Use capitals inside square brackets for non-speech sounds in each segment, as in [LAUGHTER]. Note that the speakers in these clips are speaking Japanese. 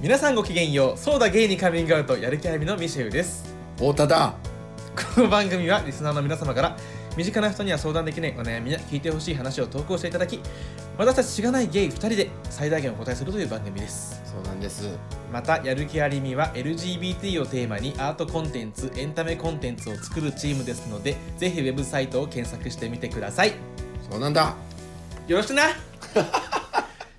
皆さんごきげんようそうだゲイにカミングアウトやる気ありみのミシェウです太田だこの番組はリスナーの皆様から身近な人には相談できないお悩みや聞いてほしい話を投稿していただき私たちしがないゲイ2人で最大限お答えするという番組ですそうなんですまたやる気ありみは LGBT をテーマにアートコンテンツエンタメコンテンツを作るチームですのでぜひウェブサイトを検索してみてくださいそうなんだよろしくな [LAUGHS]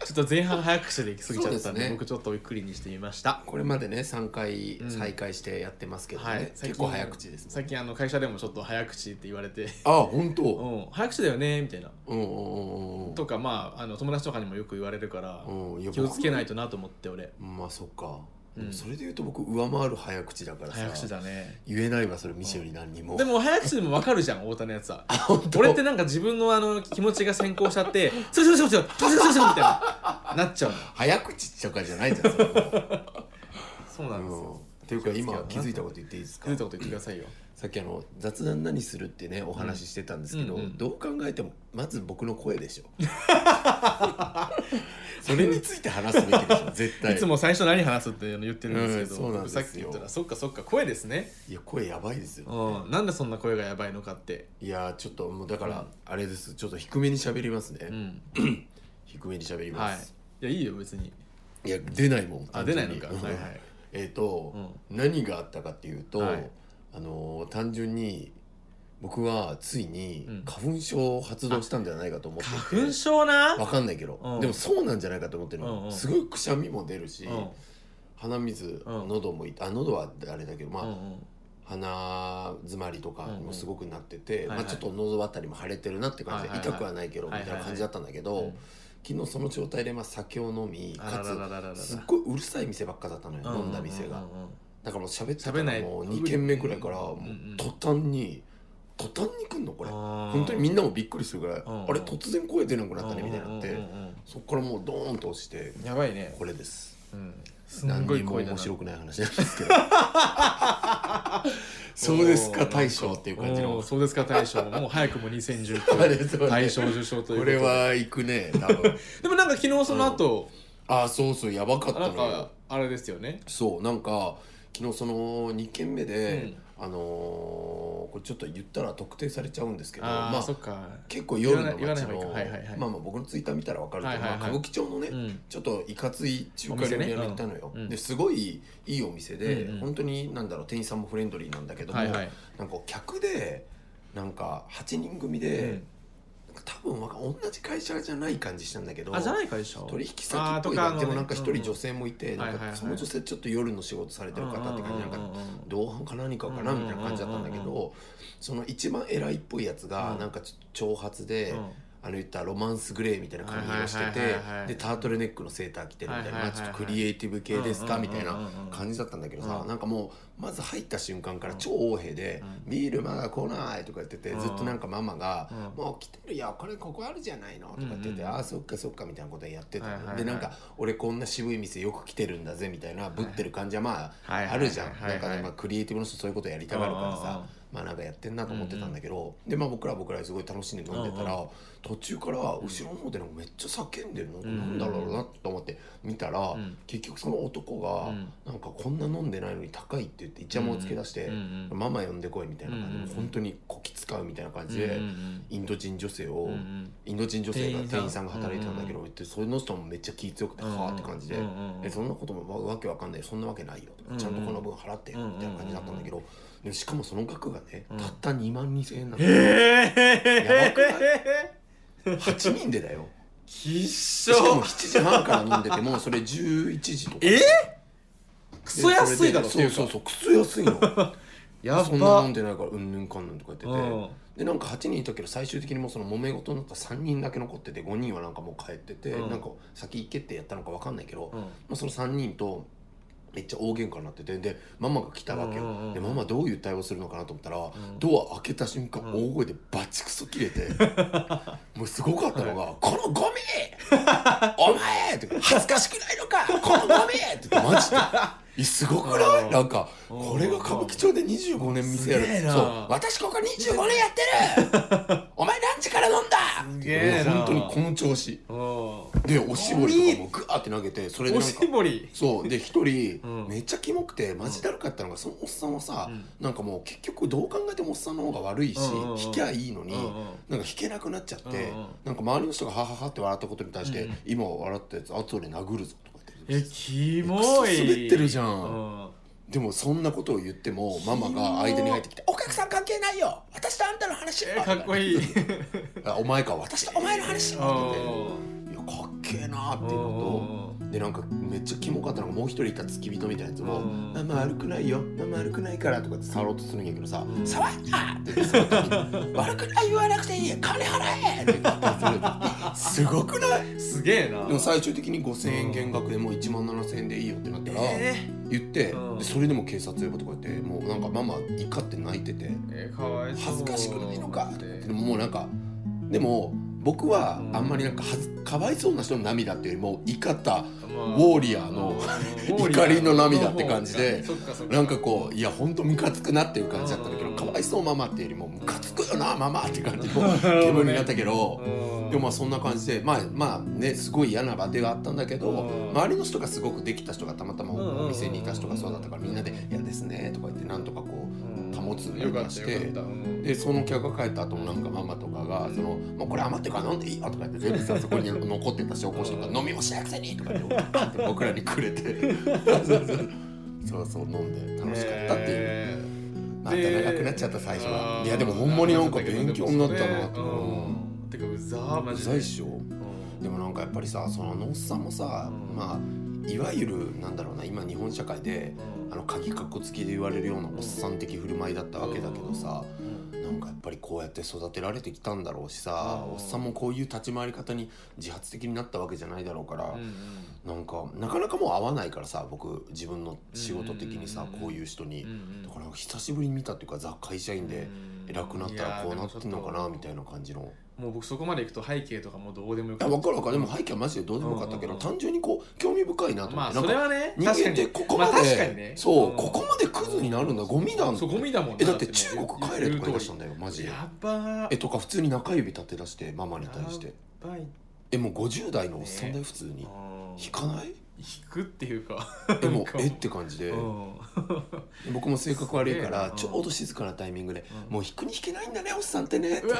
ちょっと前半早口で行き過ぎちゃったんでそうですね僕ちょっとゆっくりにしてみましたこれまでね3回うん再開してやってますけどね、はい最結近構早口ですね最近あの会社でもちょっと早口って言われてあ本「う当ん早口だよね」みたいなうんうんうんとかまああの友達とかにもよく言われるからうんうんいや気をつけないとなと思って俺僕まあそっか、うんでもそれで言うと僕上回る早口だからさ早口だね言えないわそれミシェルに何にもでも早口でも分かるじゃん太田のやつ [LAUGHS] はあ [LAUGHS] 本当俺ってなんか自分のあの気持ちが先行しちゃって「そうそうそうそうそうそうそう」みたいななっちゃうの早口とかじゃないじゃんそれ [LAUGHS] そうなんですようんっていうか今気気をつけようづいたこと言っていいです気かづいたこと言ってくださいよさっきあの雑談何するってねお話ししてたんですけど、うんうんうんどう考えてもまず僕の声 [LAUGHS] でしょそれについて話すべき [LAUGHS] でしょ絶対いつも最初何話すっていうの言ってるんですけど、うんそうなん僕ですさよっき言ったら「そっかそっか声ですねいや声やばいです」よ、うん、なんでそんな声がやばいのかって、いやーちょっともうだかうんらあれですちょっと低めに喋りますね、うん、低めに喋りまはいす、いやいいよ別にい、や出ないもんあ単出純ないにのかはいはいえっ、と、う何があったかっていうと、はいあのー単純に僕はついにうん花粉症を発動したんじゃないかと思っていて、花粉症なわかんないけど、うんでもそうなんじゃないかと思ってるの、うんうんすごいくしゃみも出るし、うん鼻水、うん喉もいあ喉はあれだけどまあ、うん鼻詰まりとかにもすごくなってて、うんうんまあ、ちょっと喉あたりも腫れてるなって感じで、はいはいはい痛くはないけどみはいたはいいはいな感じだったんだけど、うん昨日その状態でまあ酒を飲みあらららからららつすっごいうるさい店ばっかだったのよ、ううう飲んだ店が、うんうんうんだからもう喋ってた喋んならいもう2軒目くらいからうんもううん途端に途端に来んのこれあー本当にみんなもびっくりするぐらい、うんうんあれ突然声出なくなったねみたいになって。うんうんうんうんそこからもうドーンと落ちてやばいねこれですうんすん何ごいにも声だ面な白くない話なんですけ [LAUGHS] どそうですか大将っていう感じおーのそうですか大将 [LAUGHS] もう早くも2019あれそうね大賞受賞といこうことれでは行くね多分でもなんか昨日その後、あーそうそうやばかっなたんのよかあれですよねそうなんか昨日その2軒目で、あのーこれちょっと言ったら特定されちゃうんですけどあー、ままああそっか結構夜の言わない街言わない方のがいいかはいはいはいまあまあ僕のツイッター見たらわかるけど、はいはいはいまあ、歌舞伎町のね、うんちょっといかつい中華料理屋に行ったのよ、お店ねうんですごいいいお店で、うんうん本当になんだろう店員さんもフレンドリーなんだけども、はいはいなんか客でなんか8人組で、なんか多分わか同じ会社じゃない感じしたんだけどあじゃない会社取引先っぽいなでもなんか一人女性性もいて、はいなはいんはいかその女性ちょっと夜の仕事されてる方って感じなんか同伴か何かかなうんみたいな感じだったんだけうんうんどその一番偉いっぽいやつがうんなんかちょっと長髪であの言ったらロマンスグレーみたいな髪色してはいはいはいはいてでタートルネックのセーター着てるみたいなはいまあはいはいちはいょっとクリエイティブ系ですかみたいな感じじだったんだけどさうんなんかもうまず入った瞬間からうん超横柄で「うビールまだ来ない」とか言っててうんずっとなんかママがう「んもう来てるよこれここあるじゃないの」とか言ってうんうて「んああそっかそっか」みたいなことやってたはいはいはのいでなんか俺こんな渋い店よく来てるんだぜみたいなぶってる感じはまあはいはいはいはいあるじゃんはいはないんかねまあクリエイティブの人そういうことやりたがるからさまあなんかやってんなと思ってたんだけど、でまあ僕らは僕らで僕らですごい楽しんで飲んでたら、うん途中から後ろの方でなんかめっちゃ叫んでるの、んなんだろうなと思って見たら、うん結局その男が、うんなんかこんな飲んでないのに高いって言ってイチャモンをつけ出して、ママ呼んでこいみたいな感じで、うんうん本当にこき使うみたいな感じで、インド人女性を、インド人女性が店員さん店員さんが働いてたんだけど、でその人もめっちゃ気強くて、はあって感じで。えそんなこともわわけわかんないそんなわけないよとか、うんうんちゃんとこの分払ってよみたいな感じだったんだけど、でもしかもその額がね、うんたった2万2000円なのえやばくないえ8人でだ [LAUGHS] よきっししかょも7時半から飲んでてもうそれ11時とかえクソ安いだろそうそうそうクソ安いのやばそんな飲んでないからうんぬんかんぬんとかう言ってて、んでなんか8人いたけど最終的にもうその揉め事になった3人だけ残ってて5人はなんかもう帰ってて、うんなんか先行けってやったのかわかんないけど、うんまあ、その3人とめっちゃ大喧嘩になっててでママが来たわけよ、うんうんうんでママどういう対応するのかなと思ったら、んドア開けた瞬間、うん大声でバチクソ切れ [LAUGHS] てもうすごかったのが「このゴミお前!」って「恥ずかしくないのかこのゴミ!」って言ってマジで。えすごくなうんいなんかうんこれが歌舞伎町で25年店やすげえるなそう私ここ25年やってるお前何何時から飲んだすげえな本当にこの調子おでおしぼりとかもグワーって投げてそれでなんかしぼりそうで一人、うんめっちゃキモくてマジだるかったのがそのおっさんはさ、うんなんかもう結局どう考えてもおっさんの方が悪いし、うんうんうん引きゃいいのに、うんうんなんか引けなくなっちゃって、うんうんなんか周りの人がハハハって笑ったことに対して、うんうん今笑ったやつ後で殴るぞとか言っえてキモいモい滑ってるじゃんうんでもそんなことを言ってもママが間に入ってきて「お客さん関係ないよ私とあんたの話えーかっこいいあお前か私とお前の話って言っててういやかっけえなーっていうのと。んでなんかめっちゃキモかったのがもう一人いた付き人みたいなやつもう「んママ悪くないよママ悪くないから」とかって触ろうとするんやけどさう「ん触んな!」って言って触った時に「悪くない言わなくていい金払え!」って言ったりするすごくないすげえなでも最終的に5,000円減額でもう1万7,000円でいいよってなったらえ言ってうんでそれでも警察呼ぶとか言ってもうなんかママ怒って泣いててーえーかわいそう恥ずかしくないのかえでーももうなんかでも僕はあんまりなんかはずかわいそうな人の涙っていうよりも怒ったまウあォーリアーのうん怒りの涙って感じでそっかそっかなんかこういやほんとムカつくなっていう感じだったんだけどうんかわいそうママっていうよりもムカつくよなママって感じの [LAUGHS] なるほどね気分になったけどうんでもまあそんな感じでまあまあねすごい嫌な場ではあったんだけどうん周りの人がすごくできた人がたまたまうんお店にいた人がそうだったからみんなで「嫌ですね」とか言ってなんとかこう保つようによかっしたてよかったうんでその客が帰った後もなんかママとかが「そのもうこれ余ってるから飲んでいいよ」とか言って全部さそこに残ってた証拠とか「飲みもしなくせに」とか言ってパンって僕らにくれ [LAUGHS] てそうそうそうそうそう飲んで楽しかったっていう、ねまた長くなっちゃった最初はあーいやでもほんまになんか勉強になったなでもとそれうんてかうざーマうジでざいっしょうんでもなんかやっぱりさそのあのおっさんもさ、うんまあいわゆるなんだろうな今日本社会であの鍵かっこつきで言われるようなおっさん的振る舞いだったわけだけどさ、なんかやっぱりこうやって育てられてきたんだろうしさうんおっさんもこういう立ち回り方に自発的になったわけじゃないだろうから、うんなんかなかなかもう会わないからさ僕自分の仕事的にさ、うんうんうんこういう人に、うんうんだから久しぶりに見たっていうかザ会社員でうん偉くなったらこうなってんのかいなやーでもちょみっとたいな感じのもう僕そこまで行くと背景とかもうどうでもよいくやな分っちかゃうる分かるでも背景はマジでどうでもよかったけど、うんうんうん単純にこう興味深いなと思っまあて、そなれんかはね人間ってここまで、確かにまあ確かにねそう、んここまでクズになるんだゴミだそうゴミだもんえなだって中国帰れとか言い出したんだだよマジで。やばー [LAUGHS] えとか普通に中指立て出してママに対してやばいえもう50代のおっさんだよ普通にうん引かない引くっていうかえもう [LAUGHS] なんかもえうって感じでうん僕も性格悪いからちすげえなょうど静かなタイミングで「うんもう引くに引けないんだねおっさんってね」ってうわ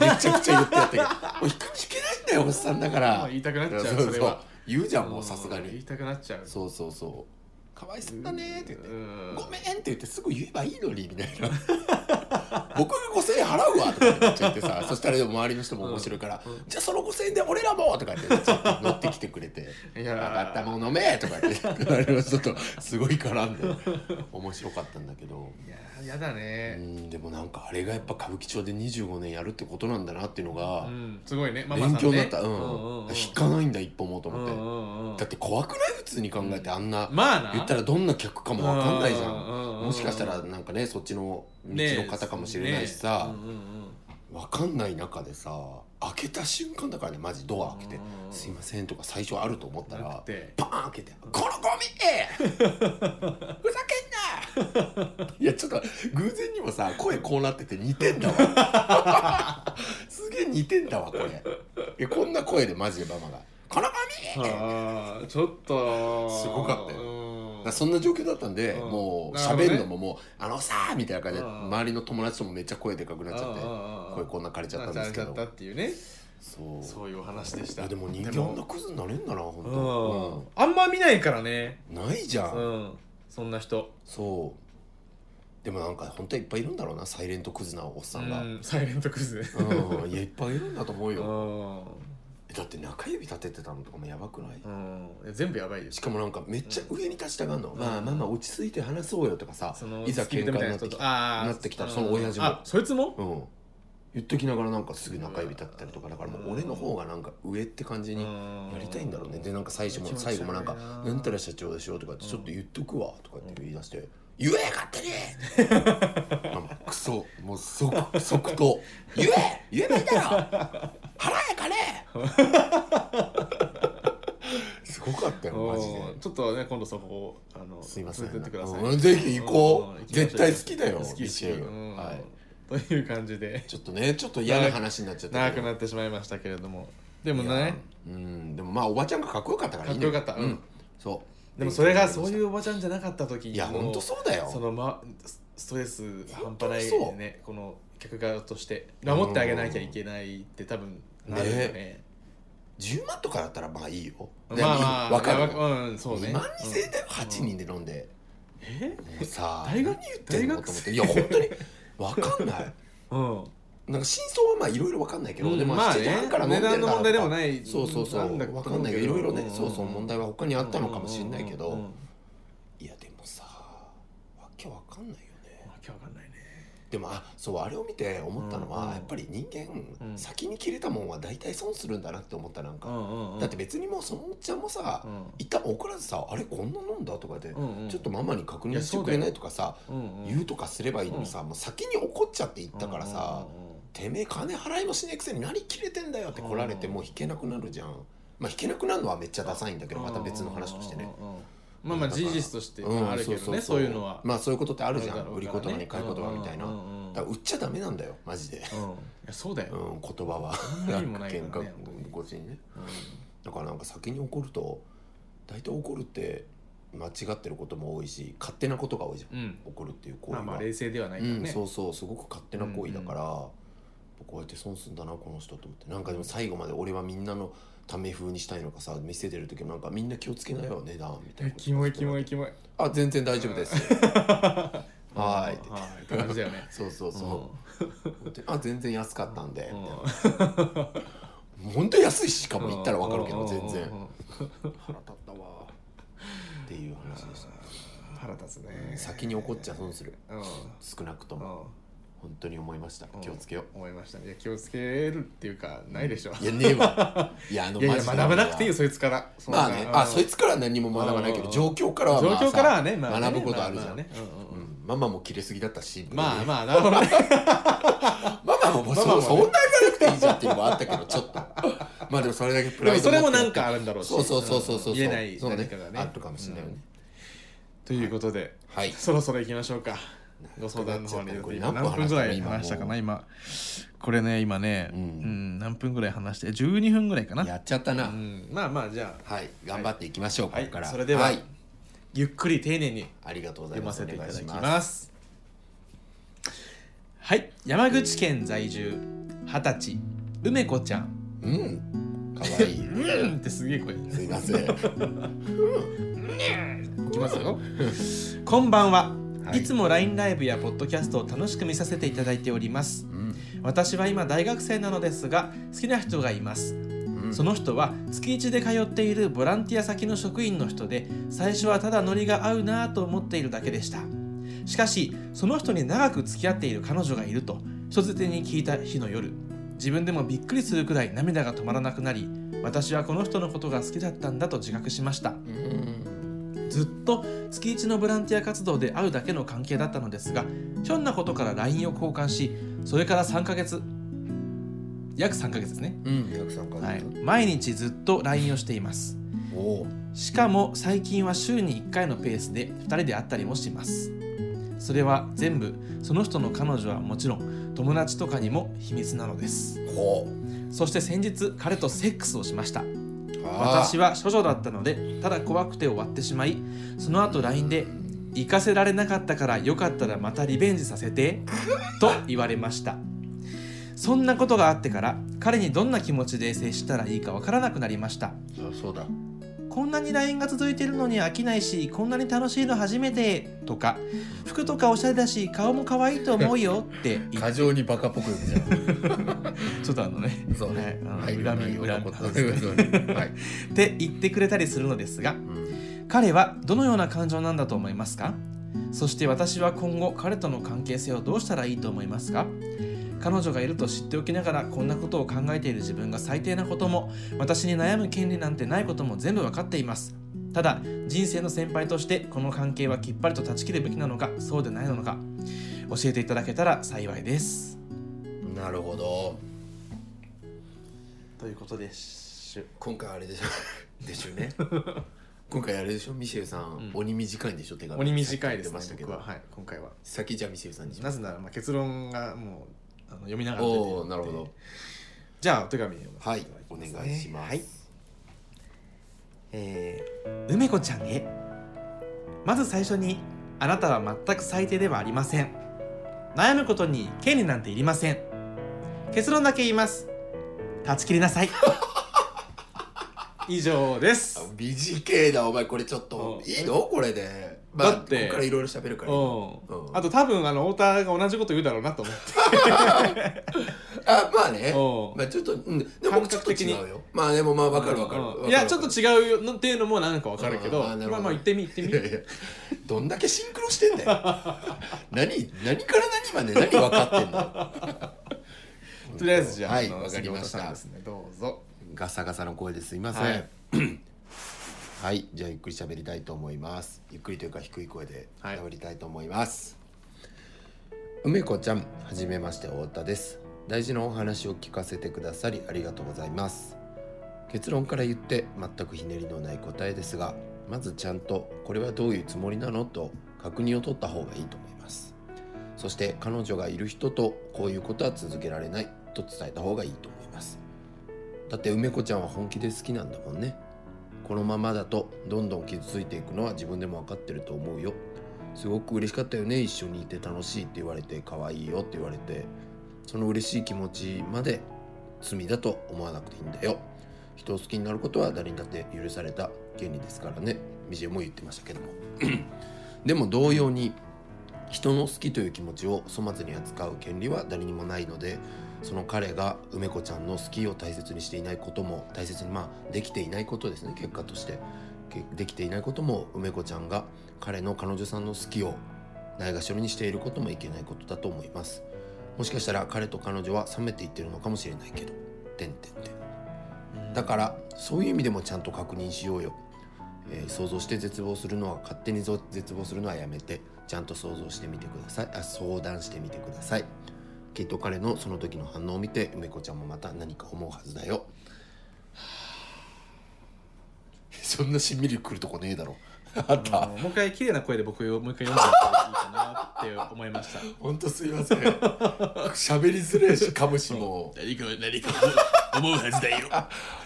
めちゃくちゃ言ってやったけど「もう引くに引けないんだよおっさんだかまらあ」言いたくなっちゃうそうそうそれは言うじゃんもうさすがん言いにたくなっちゃうそうそうそう「かわいそうだね」って言って「ごめん」んって言ってすぐ言えばいいのにみたいな「僕が5000円払うわ」とか言っちゃってさそしたらでも周りの人も面白いからうん「じゃあその5000円で俺らも」とか言ってちょっと乗ってきてくれて。 [LAUGHS] いや「分かったんもん飲め!」とか言ってあれはちょっとすごい絡んで面白かったんだけどいやーやだうねんでもなんかあれがやっぱ歌舞伎町で25年やるってことなんだなっていうのうがんすごいねママさ勉んね強になった、うんうんうんうん引かないんだ一歩もと思って、うんうんうんだって怖くない普通に考えてあんな、まあな言ったらどんな客かも分かんないじゃん、んもしかしたらなんかねそっちの道の方かもしれないしさ、分かんない中でさ開けた瞬間だからねマジドア開けて「すいません」とか最初あると思ったならくてバーン開けて「このゴ [LAUGHS] ミふざけんな!」いやちょっと偶然にもさ声こうなってて似てんだわ [LAUGHS] すげえ似てんだわこれえこんな声でマジでママが「このゴミ!」だかあーちょっとすごかったよよらそんな状況だったんで、うんもうなるほどね喋るのももう「あのさ」みたいな感じでうん周りの友達ともめっちゃ声でかくなっちゃって声こんなっな枯れちゃったんですけどちゃったっていうねそうそういうお話でしいたやでも人で間あんなクズになれんだな本うん当、あんま見ないからねうん、ないじゃんうんそんな人そうでもなんか本当はいっぱいいるんだろうなサイレントクズなおっさんが、うんサイレントクズうんいやいっぱいいるんだと思ううよんえだって中指立ててたのとかもやばくないうん全部やばいよしかもなんかめっちゃ上に立ちたがんの、うんまあママ落ち着いて話そうよとかさいざ喧嘩になってきたたなってきたらその親父もあそいつもうん言っときながらなんかすぐ中指立ったりとかだからもう俺の方がなんか上って感じにややりたいんだろうねでなんか最初も気持ち悪最い後もなんか「ななんたら社長でしょ」とかって「ちょっと言っとくわ」とかって言い出して「言え勝手に! [LAUGHS] ママ」クソもう即即答「言え言えばいいだろ払え金!」 [LAUGHS] すごかったよマジでちょっとね今度そこあのすいません連れてってください、うんぜひ行こううん絶対好きだよ好き好きミシェルうんはいという感じでちょっとねちょっと嫌な話になっちゃった長けくどなってしまいましたけれどもでもいやねうんでもまあおばちゃんがかっこよかったからいいねかっこよかったううんんそうでもそれがそういううおばちゃんじゃなかった時いやのほんとそうだよその、ま、ストレス半端ないほんとそうねこの客側として守ってあげなきゃいけないって多分なるよね10万とかだったらまあいいよまあでまあわかるいやわわうんそうね2万2000円だよ8人で飲んで、もえうさ大学何言ってんの大学と思っ生ていや本当にわかんない [LAUGHS] うんなんか真相はまあいろいろわかんないけど、うんでもまあね7時半から飲んで値る段の問題でもないそうそうそなんだうとわ思かうけどんないけどいろいろね、うんそうそう問題は他にあったのかもしれないけど、うんうんうんうんいやでもさわけわかんないよねわけわかんないねでもあそうあれを見て思ったのは、うんうんやっぱり人間、うん先に切れたもんは大体損するんだなって思ったなんか、だって別にもうそのおっちゃんもさ、一旦怒らずさあれこんな飲んだとかで、ちょっとママに確認してくれないとかさ、言うとかすればいいのにさ、もう先に怒っちゃって言ったからさ、てめえ金払いもしねえくせに何切れてんだよって来られてうんもう引けなくなるじゃんまあ引けなくなるのはめっちゃダサいんだけどまた別の話としてねまあまあ事実としてうんあるけどねそういうのはまあそういうことってああるじゃん売り言葉に買い言葉みたいなうんだうんうんから売っちゃダメなんだよマジでうんいやそうだうよん言葉 [LAUGHS] はあんまりもないから喧ね本当嘩にごちにねうだからなんか先に怒ると大体怒るって間違ってることも多いし勝手なことが多いじゃんんうん怒るっていう行為まあはまあ冷静ではないからうん、ねそうそうすごく勝手な行為だから、こうやって損すんだなこの人と思ってなんかでも最後まで俺はみんなのため風にしたいのかさ見せてる時もなんかみんな気をつけなよ値段みたいえなキモいキモいキモいあ全然大丈夫 [LAUGHS] ですはーいってはいって感じだよねそうそうそうう、あ全然安かったんで、んうんほんと安いしかも行ったら分かるけうどん全然うんうん腹立ったわっていう話でした、腹立つね先に怒っちゃ損するうん少なくとうもん本当に思いましたうん気をつけよう思いましたねいや気をつけるっていうかないでしょいやねえ [LAUGHS] わいやあのいマやいやジで学ばなくていいよ俺はそいつからそんなまあねう、んあそいつからは何も学ばないけうんどうん状況からは状まあさ況からはねまあね学ぶことあるじゃん、ままねうんうんうんうんママも切れすぎだったしまああまあなるほどねママももうそママもねそんな行かなくていいじゃんっていうのもあったけどちょっとまあでもそれだけプでラもイドそ持れってもなんかあるんだろうしそうそうそうそうそうそう言えないそう何かがねあるかもしれないよね、ということではいそろそろ行きましょうかご相談の方にこれ今何分何分ぐらい話話ししたかなたかな今これね今ねううんん何分ぐらい話して12分ぐらいかなやっちゃったな、うんまあまあじゃあはい頑張っていきましょう、はいここからそれではいゆっくり丁寧にありがとうござい読まますせていただきお願いしまますすはい山口県在住二十歳梅子ちゃんうんかわいい、 [LAUGHS] うんってすげえ声いすいませんきますよ [LAUGHS] こんばんは、はいい、つも LINE ライブやポッドキャストを楽しく見させていただいておりますうん私は今大学生なのですが好きな人がいますうん [LAUGHS] その人は月1で通っているボランティア先の職員の人で最初はただノリが合うなぁと思っているだけでしたしかしその人に長く付き合っている彼女がいると人づてに聞いた日の夜自分でもびっくりするくらい涙が止まらなくなり私はこの人のことが好きだったんだと自覚しましたうんずっと月1のボランティア活動で会うだけの関係だったのですがひょんなことから LINE を交換しそれから3ヶ月約3ヶ月ですね、うん約3回はい、毎日ずっと LINE をしていますおおしかも最近は週に1回のペースで2人で会ったりもしますそれは全部その人の彼女はもちろん友達とかにも秘密なのですほうそして先日彼とセックスをしました私私は処女だったのでただ怖くて終わってしまいその後 LINE で「行かせられなかったからよかったらまたリベンジさせて」と言われましたそんなことがあってから彼にどんな気持ちで接したらいいかわからなくなりましたあそうだこんなに LINE が続いてるのに飽きないしこんなに楽しいの初めてとか服とかおしゃれだし顔も可愛いと思うよって言っ過剰にバカっぽく言うじちょっとあのねゃんそうねねあのはい恨み恨み恨みそうねはい [LAUGHS] って言ってくれたりするのですが彼はどのような感情なんだと思いますかそして私は今後彼との関係性をどうしたらいいと思いますか彼女がいると知っておきながらこんなことを考えている自分が最低なことも私に悩む権利なんてないことも全部わかっていますただ人生の先輩としてこの関係はきっぱりと断ち切るべきなのかそうでないのか教えていただけたら幸いですなるほどということでしゅ今回あれでしょでしょうね今回あれでしょミシェルさん、うん鬼短いんでしょ手紙鬼短いですさっき言ってましたけ僕はどはい今回は先じゃあミシェルさんにしまなすぜならまあ結論がもうあの読みながら出てるんでおおなるほどじゃあお手紙読まはせいていたおだきま願すねいします、はいえー梅子ちゃんへまず最初にあなたは全く最低ではありません悩むことに権利なんていりません結論だけ言います断ち切りなさい以上ですあ短いだお前これちょっとうんいいのこれで、まあ、だってここからいろいろ喋るからうんうんあと多分あの太田が同じこと言うだろうなと思って [LAUGHS] あまあ [LAUGHS] ねうんまあちょっと、うん、でも僕ちょっと感覚的に違うよまあでもまあわかるわかるわかうんるいやちょっと違うのっていうのもなんかわかるけどあーなるほどまあまあ言ってみ言ってみいやいやどんだけシンクロしてん [LAUGHS] だよ何何から何まで何分かってんだよとりあえずじゃあ、はいあのわかりまし杉本さんたですねどうぞガサガサの声ですいませんははいい、じゃあゆっくり喋りたいと思いますゆっくりというか低い声ではい喋りたいと思います、梅子ちゃんはじめまして太田です大事なお話を聞かせてくださりありがとうございます結論から言って全くひねりのない答えですがまずちゃんとこれはどういうつもりなのと確認を取った方がいいと思いますそして彼女がいる人とこういうことは続けられないと伝えた方がいいと思いますだって梅子ちゃんは本気で好きなんだもんねこのままだとどんどん傷ついていくのは自分でも分かってると思うよすごく嬉しかったよね一緒にいて楽しいって言われて可愛いよって言われてその嬉しい気持ちまで罪だと思わなくていいんだよ人を好きになることは誰にだって許された権利ですからねミジェも言ってましたけども [CLEARS THROAT] でも同様に人の好きという気持ちを粗末に扱う権利は誰にもないのでその彼が梅子ちゃんの好きを大切にしていないことも大切にまあできていないことですね結果としてけできていないことも梅子ちゃんが彼の彼女さんの好きをないがしろにしていることもいけないことだと思いますもしかしたら彼と彼女は冷めていってるのかもしれないけどてんてんてんだからそういう意味でもちゃんと確認しようよ、えー想像して絶望するのは勝手にぞ絶望するのはやめてちゃんと想像してみてくださいあ相談してみてくださいきっと彼のその時の反応を見て梅子ちゃんもまた何か思うはずだよ [LAUGHS] そんなしんみりくるとこねえだろあっあのもう一回綺麗な声で僕をもう一回読んでいただいていいかなって思いました。ほんとすい [LAUGHS] ません喋りづれえしかむしも何か何か思うはずだよ。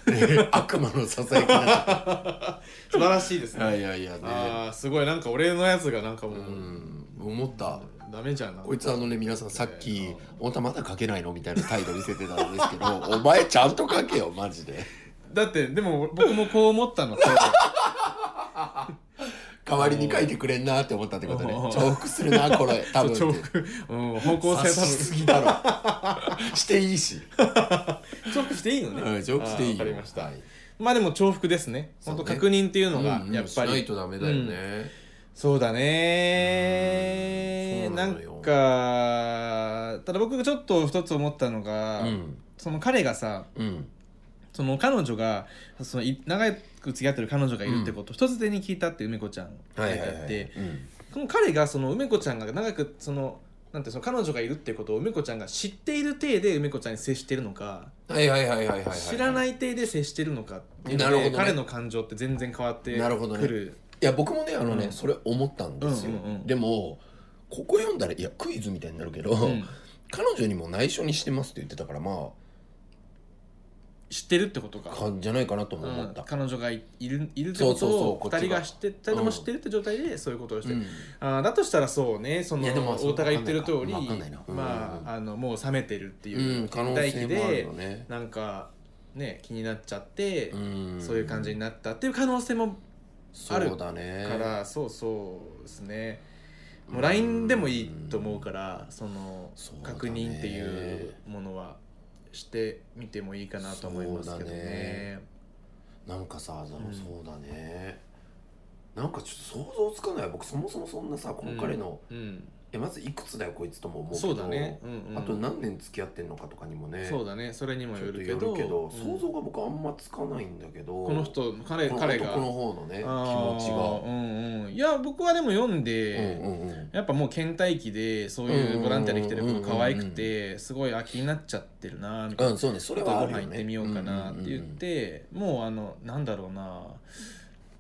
う、 [LAUGHS] ね悪魔のささやきだ [LAUGHS] 素晴らしいですね。 [LAUGHS] いやいやああすごいなんか俺のやつがなんかもう、うん思ったダメじゃんなんか。こいつあのね皆さんさっうきん「太田まだ書けないの?」みたいな態度見せてたんです [LAUGHS] けどお前ちゃんと書けよマジでだってでも僕もこう思った [LAUGHS] のと代わりに書いてくれんなって思ったってことねおー重複するなこ [LAUGHS] れ多分重って複、うん、方向察性し [LAUGHS] すぎだろ [LAUGHS] していいし、多分重複していいのね。うん、重複していいよあーわかりました。はいまあでも重複ですね。そう本ね当確認っていうのがうんうんやっしぱり、ないとダメだよね、そうだねうんそうななんのよかただ僕がちょっと一つ思ったのうが、んその彼がさうんその彼女がそのい長く付き合ってる彼女がいるってことを一つ手に聞いたって梅子ちゃんがは書いいてはあいはっいてこの彼がその梅子ちゃんが長くそのなんていうのその彼女がいるってことを梅子ちゃんが知っている体で梅子ちゃんに接してるのかはいはいはいはいはいはい知らないい体で接してるのかっていうなのるほでどね彼の感情って全然変わってなるほどねくるいや僕もねあのね、うんそれ思ったんですよ、うんうんうんでもここ読んだらいやクイズみたいになるけど、うん彼女にも内緒にしてますって言ってたからま知ってるってことあかかじゃないかなともう思んった、彼女がいいるいるってことそうそうそうをこっち2が人が知って2人とうもん知ってるって状態でそういうことをしてうるんあーだとしたらそうねそのいやでもそう太田が言ってる通りわかんないなうんまああのもう冷めてるってういうん可能大性気もあるでよねなんかね気になっちゃってんそういう感じになったっていう可能性もあるそうだねからそうそうですねもう LINE でもいいと思うからそのそうだね確認っていうものはしてみてもいいかなと思いますけどね。なんかさそううんそうだね、なんかちょっと想像つかない僕そもそもそんなさこの彼の、うんえまずいくつだよこいつとも思うけどそうだね、うんうんあと何年付き合ってんのかとかにもねそうだねそれにもちょよっとるけよどるけど、うん想像が僕あんまつかないんだけどこの人彼この彼が男の方のね気あー持ちがうんうんいや僕はでも読んで、うんうんうんやっぱもう倦怠期でそういうボランティアで来てる子が可愛くてすごい飽きになっちゃってるなみたいな、うんそうねそちれょっとはあごるよね飯行ってみようかなって言って、もうあのなんだろうな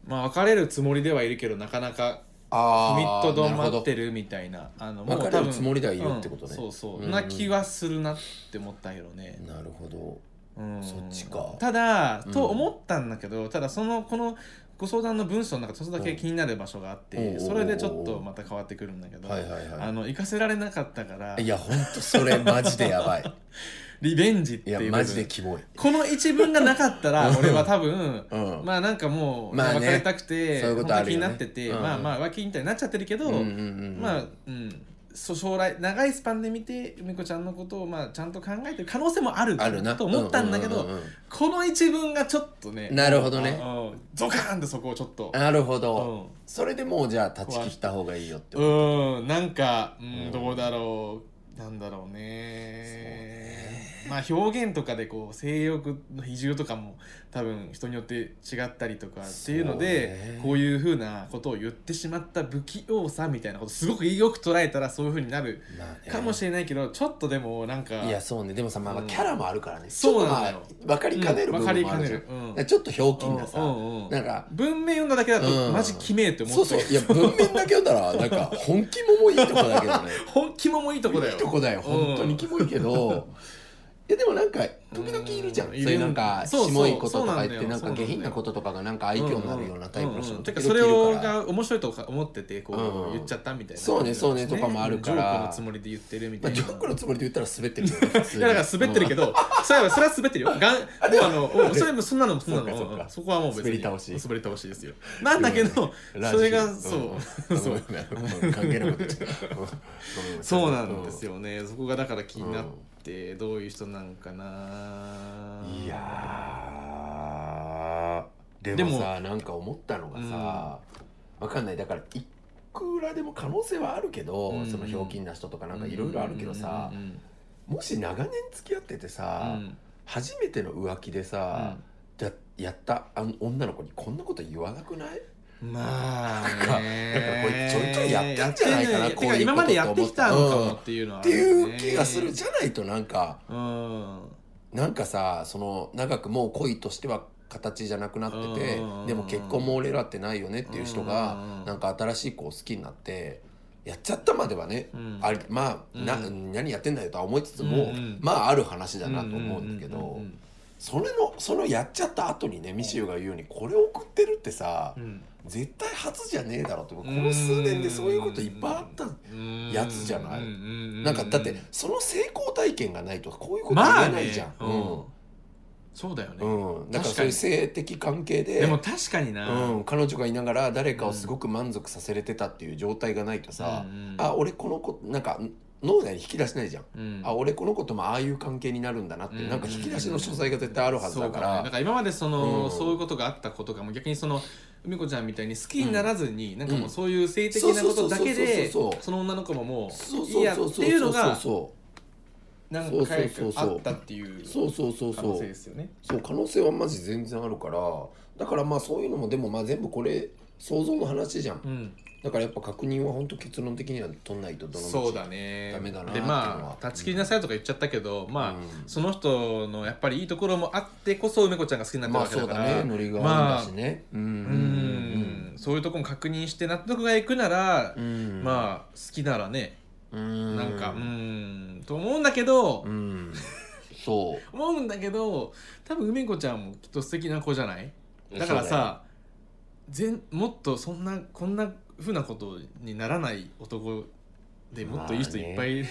まあ別れるつもりではいるけどなかなかコあミッあトどなるほまどってるみたいなあの別れるつもりではいるってことねうんそうそう、うんな気はするなって思ったけどね、なるほどうん、そっちかただ、うんと思ったんだけどただそのこのご相談の文章の中でちょっとだけ気になる場所があっうんておうおうおうそれでちょっとまた変わってくるんだけど、はいはいあはの行かせられなかったからいいやほんとそれマジでや [LAUGHS] ばいリベンジっていいうや部分マジでキモいこの一文がなかったら [LAUGHS] うん俺は多分うんまあなんかもうまあね別れたくてそういうことあるよね本当に気になっててうんまあまあ浮気みたいになっちゃってるけどうんうんうんまあうんそう将来長いスパンで見て梅子ちゃんのことをまあちゃんと考えてる可能性もあるあるなと思ったんだけど、うううんうんこの一文がちょっとねなるほどねあうんゾカーンってそこをちょっとなるほうどんそれでもうじゃあ断ち切った方がいいよってことうんなんかうんうんどうだろうなんだろうねまあ表現とかでこう性欲の比重とかも多分人によって違ったりとかっていうのそうでねこういうふうなことを言ってしまった不器用さみたいなことすごくよく捉えたらそういうふうになるまあねかもしれないけどちょっとでもなんかいやそうねでもさまあうんキャラもあるからねそうなんだよちょっとまあ分かりかねる部うんわか分りもあかるねじゃんるうんだからちょっとひょうきんなうさんうんうんなんか文面読んだだけだとうんマジきめえって思っそうたそけうどいや文面だけ読んだらなんか本気ももいいとこだけどね [LAUGHS] 本気ももいいとこだよいいとこだよ本当にキモいけ [LAUGHS] どいやでもなんか時々いるじゃんうそんういうなんかそうそうキモいこととかそ言っうなんだよてなんそかうなん下だよ品なこととかがなんか愛嬌になるようなタイプの人うんうんもて時か々いそれをるからが面白いとか思っててこう、うん言っちゃったみたいなそうねそうね感じとかもあるからジョークのつもりで言ってるみまたあいな、ジョークのつもりで言ったら滑ってるよね普通いにやだから滑ってるけど、そういえばそれは滑ってるよ。がんもうあのうんそれもそんなのもそんなのそうかそうかうんそこはもう別に滑り倒し滑り倒しですよ。なんだけど、それがそう [LAUGHS] うんそううん関係なくそうなんですよよね。そこがだから気になってどういう人なんかな。いやーででももさなんか思ったのがさ、わかんないだからいくらでも可能性はあるけど、うんそのひょうきんな人とかなんかいろいろあるけどさう、んもし長年付き合っててうんさ、初めての浮気でさ、だやったあの女の子にこんなこと言わなくないうんまあなんかこれねちょいちょいやってんじゃないかなやってんこういうことねてか今までやってきたのかもっていうのっはあてるよね、いう気がするじゃないとなんかうんなんかさその長くもう恋としては形じゃなくなっててうんでも結婚も俺らってないよねっていう人うがんなんか新しい子を好きになってやっちゃったまではねうんありまあなうん何やってんだよとは思いつつもうんうんまあある話だなと思うんだけどそれのそのやっちゃった後にねミシューが言うようにこれ送ってるってさ絶対初じゃねえだろってこの数年でそういうこといっぱいあったやつじゃないなんかだってその成功体験がないとこういうこと言まあえなねいじゃん。うんそうだよね、うんうん、だから確かそういにう性的関係ででも確かにな、うん、彼女がいながら誰かをすごく満足させれてたっていう状態がないとさう、んうんあ俺この子なんか脳内に引き出しないじゃん、うんあ俺この子ともああいう関係になるんだなって、うんなんか引き出しの詳細が絶対あるはずだかそうら。ねだから今までその、うんそういうことがあったことがもう逆にその梅子ちゃんみたいに好きにならずに、なんかもううんそういう性的なことだけでそうそうそうそうそうその女の子ももそうういそうやっそうてそういうのがそ何回かそうそうそうあそうったっていううそうそうそう可そ能う性ですよね。そう可能性はマジ全然あるからだからまあそういうのもでもまあ全部これ想像の話じゃん、うん、だからやっぱ確認は本当結論的には取んないとどの道そうだねダメだなでってのまはあ断ち切りなさいとか言っちゃったけど、まあ、うんその人のやっぱりいいところもあってこそ梅子ちゃんが好きになったまあわけそだうかだら、ねノリがあるんだしね、うんうーんそういうとこも確認して納得がいくならう、んあまあ好きならねうんなんかうーんと思うんだけど、うん [LAUGHS] そ思うんだけど多分梅子ちゃんもきっと素敵な子じゃないうだからさ全もっとそんなこんなふうなことにならない男でもっといい人まあねいっぱい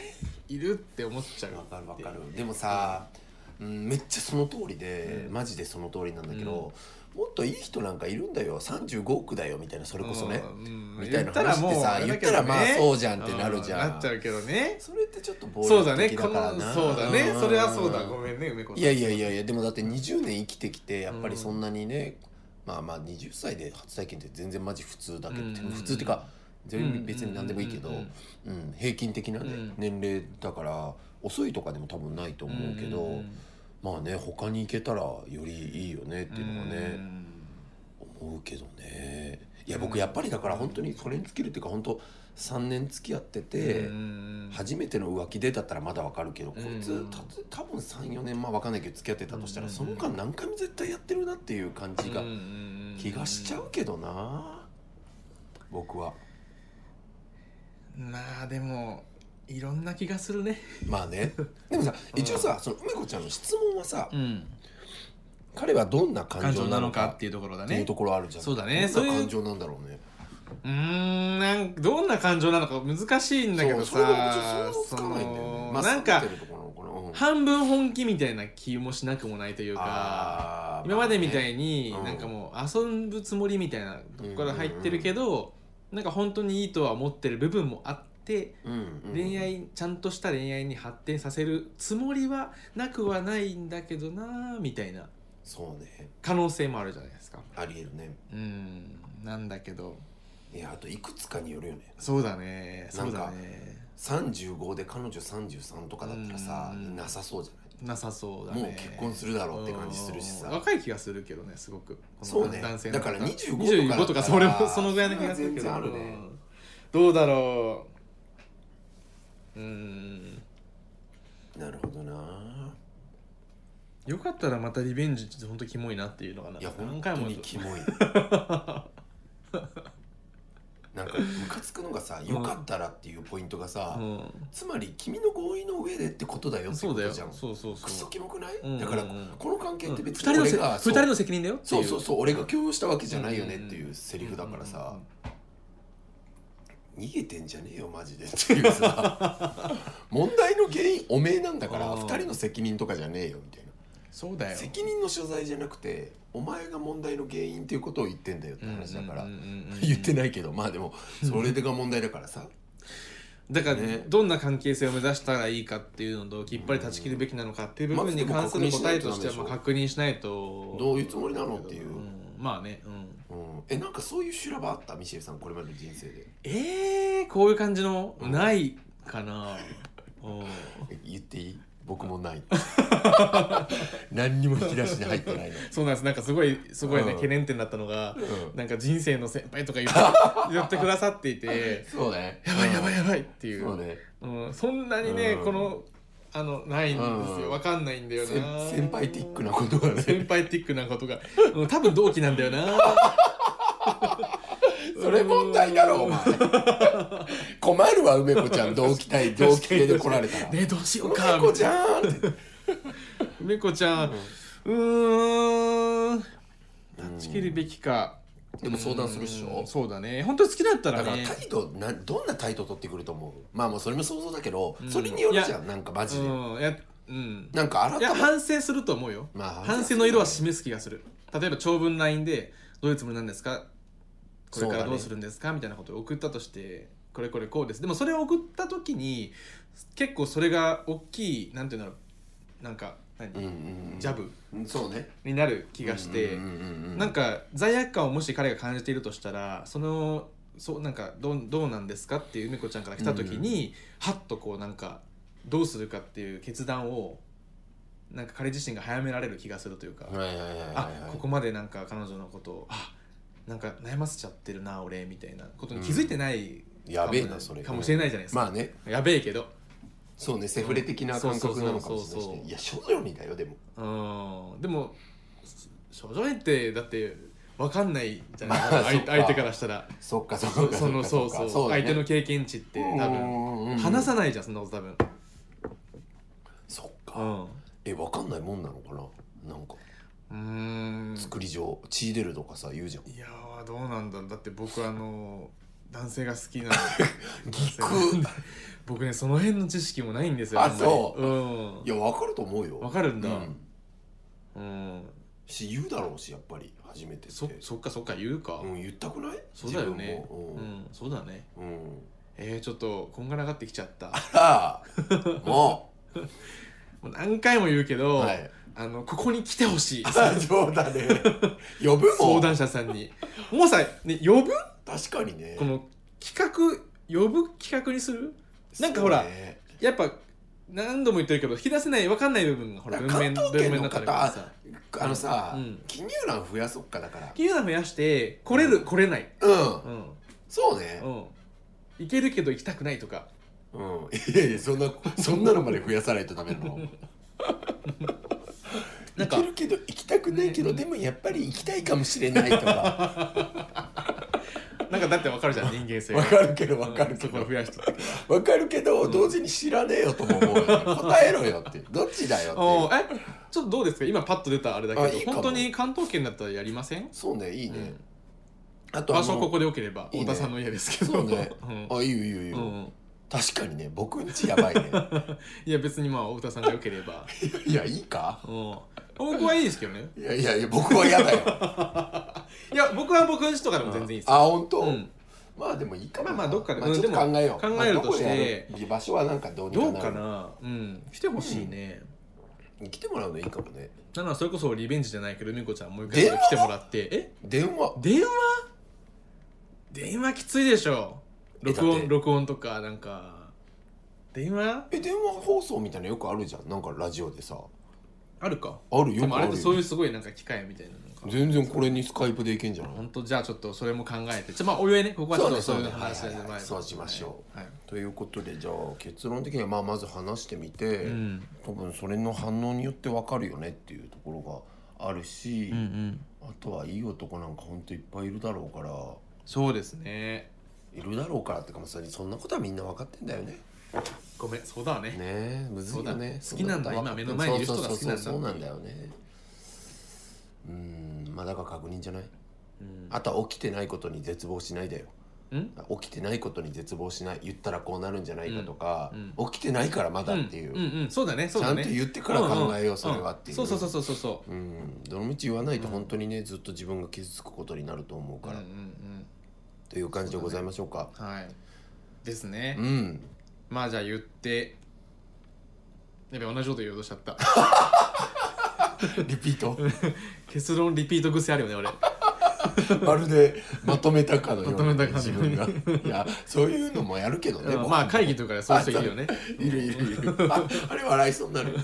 [LAUGHS] いるって思っちそゃううだよわかるわかるでもさ、うん、めっちゃその通りで、うんマジでその通りなんだけど、もっといい人なんかいるんだよ35億だよみたいなそそれこそね、みた言いっなたら話っもうてさあれ言だっけどたらまあねそうじゃんってなるじゃん、なっちゃうけどねそれってちょっと暴そうだ力ね的こだからのなそうだねんそれはそうだごめんね梅子さんいやいやいやいやでもだって20年生きてきてやっぱりそんなにね、まあまあ20歳で初体験って全然マジ普通だけど、うんでも普通っていうか全然別に何でもいいけど、うんううんん平均的な、ねうん年齢だから遅いとかでも多分ないと思うけど、うんまあね他に行けたらよりいいよねっていうのがね、思うけどねいや僕やっぱりだから本当にそれに尽きるっていうか本当3年付き合ってて。うん初めての浮気でだったらまだわかるけど、うんこいつた多分34年まあわかんないけど付き合ってたとしたら、うんその間何回も絶対やってるなっていう感じがうんうんうんん気がしちゃうけどな僕はまあでもいろんな気がするねまあ [LAUGHS] ねでもさ一応さ、その梅子ちゃんの質問はさ、うん彼はどんな感感情情ななののかかっってていうところだいうねところあるじゃんそうだねどんな感そ情なんだろうねうーんなんどんな感情なのか難しいんだけそどうそれがちょさっと想像つかないんだよねそのまあなん冷かめてるとこなのかなうん半分本気みたいな気もしなくもないというかあー今までみたねいにうんなんかもう遊ぶつもりみたいなところから入ってるけどなんか本当にいいとは思ってる部分もあってうんうん恋愛ちゃんとした恋愛に発展させるつもりはなくはないんだけどなみたいなそうね可能性もあるじゃないですかありえるねうんなんだけどいやあといくつかによるよねそうだねなそんうかだね35で彼女33とかだったらさうんなさそうじゃないなさそうだねもう結婚するだろうって感じするしうさん若い気がするけどねすごくそうね男性だから25 25とかだとかったらそれもそのぐらいの気がするけそれどは全然あるねうんどうだろううーんなるほどなよかったらまたリベンジって本当キモいなっていうのがないや本何当回もにキ [LAUGHS] モいなんかムカつくのがさ「よかったら」っていうポイントがさ、うんつまり君の合意の上でってことだよってそこうだとよじゃんそうそうそうクソキモくない、うんうんうんだからこの関係って別うにん二人の俺せが二そう人の責任だよっていそうそうそう俺が共有したわけじゃないよねっていうセリフだからさ、うんうんうん逃げてんじゃねえよマジでっていうさ [LAUGHS] 問題の原因おめえなんだからあー2人の責任とかじゃねえよみたいなそうだよ責任の所在じゃなくてお前が問題の原因っていうことを言ってんだよって話だから、うんうんうんうん言ってないけどまあでもそれが問題だからさだから、ねどんな関係性を目指したらいいかっていうのときっぱり断ち切るべきなのかっていう部分に関する答えとしてはまあ確認しないとどういうつもりなのっていう、んまあね、うん、うんえなんかそういう修羅場あったミシェルさんこれまでの人生でえー、こういう感じのうんないかな、うん言っていい僕もない何にも引き出しに入ってないの、そうなんですなんかすごいすごいね、うん懸念点だったのがうんなんか人生の先輩とか [LAUGHS] 言って言ってくださっていてそうねやばいやばいいやばいっていうそうねうん、そんなにね、うんこのあのないんですうよんわかんないんだよせな先輩ティックなことがね先輩ティックなことが、うん、多分同期なんだよな [LAUGHS] それ問題だろお前困るわ梅子ちゃん同期 [LAUGHS] 対同期系で来られたらねえどうしようか梅子ちゃんって梅子ちゃんうーん断ち切るべきかでも相談するっしうょんそうだね本当に好きだったらだからね態度などんな態度取ってくると思うまあもうそれも想像だけどそれによるじゃんなんかマジでうんいやうんなんかいや改め反省すると思うよ、まあ反省の色は示す気がする例えば長文 LINE で「どういうつもりなんですかこれからどうするんですか?」みたいなことを送ったとして「これこれこうです」でもそれを送った時に結構それが大きいなんていうんだろうなんか何、うんうんうんジャブうんそうねになる気がして、うんうんうんうんなんか罪悪感をもし彼が感じているとしたらそのそうなんかどうどうなんですかっていう梅子ちゃんから来た時に、はっとこうなんかどうするかっていう決断をなんか彼自身が早められる気がするというか、はいはいはいはいあはいここまでなんか彼女のことをあなんか悩ませちゃってるな俺みたいなことに気づいてないやべえなかもそれかもしれないじゃないですか、まあねやべえけどそうねセフレ的な感覚なのかもしれそうそうそなうそいうしいや少女にだよでもうんでも少女絵ってだって分かんないじゃない、まあ相そっ手か相手からしたらそっかそっそかそのそっうかそうっかだね相手の経験値って多分分話さないじゃんそんなこと多分そっかえわかんないもんなのかななんかうんうーん作り上血出るとかさ言うじゃんいやーどうなんだろうだって僕あの男性が好 [LAUGHS] きなぎく僕ねその辺の知識もないんですよあんまりそううんいやわかると思うよわかるんだうんうんし言うだろうしやっぱり初めてってそそっかそっか言うか、うん言ったくないそうだよね自分うもんそうだねうんうんえー、ちょっとこんがらがってきちゃったあらも [LAUGHS] もう何回も言うけうど、はい [LAUGHS] あのここに来てほしいそうだね呼ぶも相ん談者さんにもうさ、ね、呼ぶ確かにねこの企画呼ぶ企画にするなんかほらそうねやっぱ何度も言ってるけど引き出せない分かんない部分がほらだ文から面関東文圏面のだったりと方かさあのさうん記入欄増やそっかだから金額増やして来れる来れないうんうんそうねうん行けるけど行きたくないとかうん、いやいやそんなそんなのまで増やさないとダメなの [LAUGHS] なんか行けるけど行きたくないけど、でもやっぱり行きたいかもしれないと [LAUGHS] かなんかだってわかるじゃん人間性わかるけどわかるけそこどを増やしてってわかるけど同時に知らねえよとも思うよね答えろよ [LAUGHS] ってどっちだよっていうおーえちょっとどうですか今パッと出たあれだあけいどいかも本当に関東圏だったらやりませんそうねいいね、うんあとあ場の所ここでよければいいね太田さんの家ですけどそうねうんあいいよいいよいいよ、うん確かにね僕んちやばい [LAUGHS] ねいや別にまあ太田さんがよければいやいいかうん僕はいいですけどねいやいやいや僕は嫌だよいや僕は僕んちとかでも全然いいですあ本当、うんまあでもいいかもまあまあどっかでうんちょっとでも考えよう考えるとしてまあどこでやる場所はなんかどうにかなどうるかなうん来てほしいね来てもらうのいいかもねなんならそれこそリベンジじゃないけど梅子ちゃんもう一回来てもらってえ電話電話電話きついでしょえ録だって音録音とかなんか電話え電話放送みたいなのよくあるじゃんなんかラジオでさあるかあるでよくもああれるってよそういうすごいなんか機械みたいなのが全然これにスカイプでいけんじゃない本当じゃあちょっとそれも考えてちょまあお祝いねここはちょっとそそううねいう話そうねのはいはいはい前にそうしましょうはいということでじゃあ結論的にはまあまず話してみて、うん多分それの反応によってわかるよねっていうところがあるし、うんうんあとはいい男なんかほんといっぱいいるだろうからそうですねいるだろうからってかもうそれそんなことはみんな分かってんだよね。ごめんそうだわねねえむずいよねそうだ好きなんだそことは分かって今目の前にいる人が好きなそうそんだうそうそうなんだよねうんまあだから確認じゃないうんあとは起きてないことに絶望しないだようん起きてないことに絶望しない言ったらこうなるんじゃないかとか、うん起きてないからまだっていう、うんうんうんそうだねそうちゃだんとね言ってから考えようそれはっていう、そうそうそうそうそうそううん、どの道言わないと本当にねずっと自分が傷つくことになると思うから、うんうんという感じでございましょうかうんはいですねうんまあじゃあ言ってやべ同じこと言おうとしちゃった [LAUGHS] リピート結論リピート癖あるよね俺 [LAUGHS] まるでまとめたかのようにまとめたか自のよう分にがいやそういうのもやるけどね、うん僕まあ会議とかでそういう人いるよねいるいるい [LAUGHS] るああれ笑いそうになる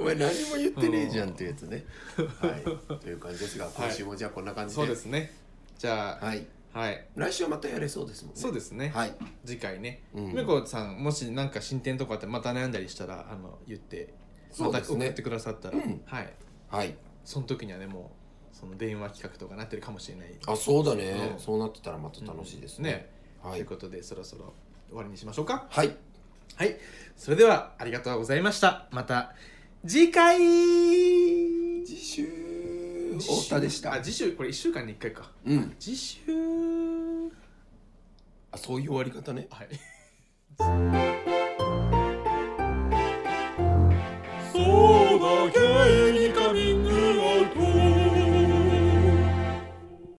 お前何も言ってねえじゃんっていうやつね、はい、という感じですが今週もじゃあこんな感じで、そうですねじゃあはいはい来週はまたやれそうですもんねそうですねはい次回ねうん梅子さんもしなんか進展とかあってまた悩んだりしたらあの言ってそまうたです送ねってくださったらうんはいはいその時にはねもうその電話企画とかなってるかもしれないあそうだね、うんそうなってたらまた楽しいですね,、ねはというい、ことでそろそろ終わりにしましょうかはい、はいそれではありがとうございましたまた次回次週太田でしたあ次週これ1週間に1回かうん次週あそういう終わり方ねはい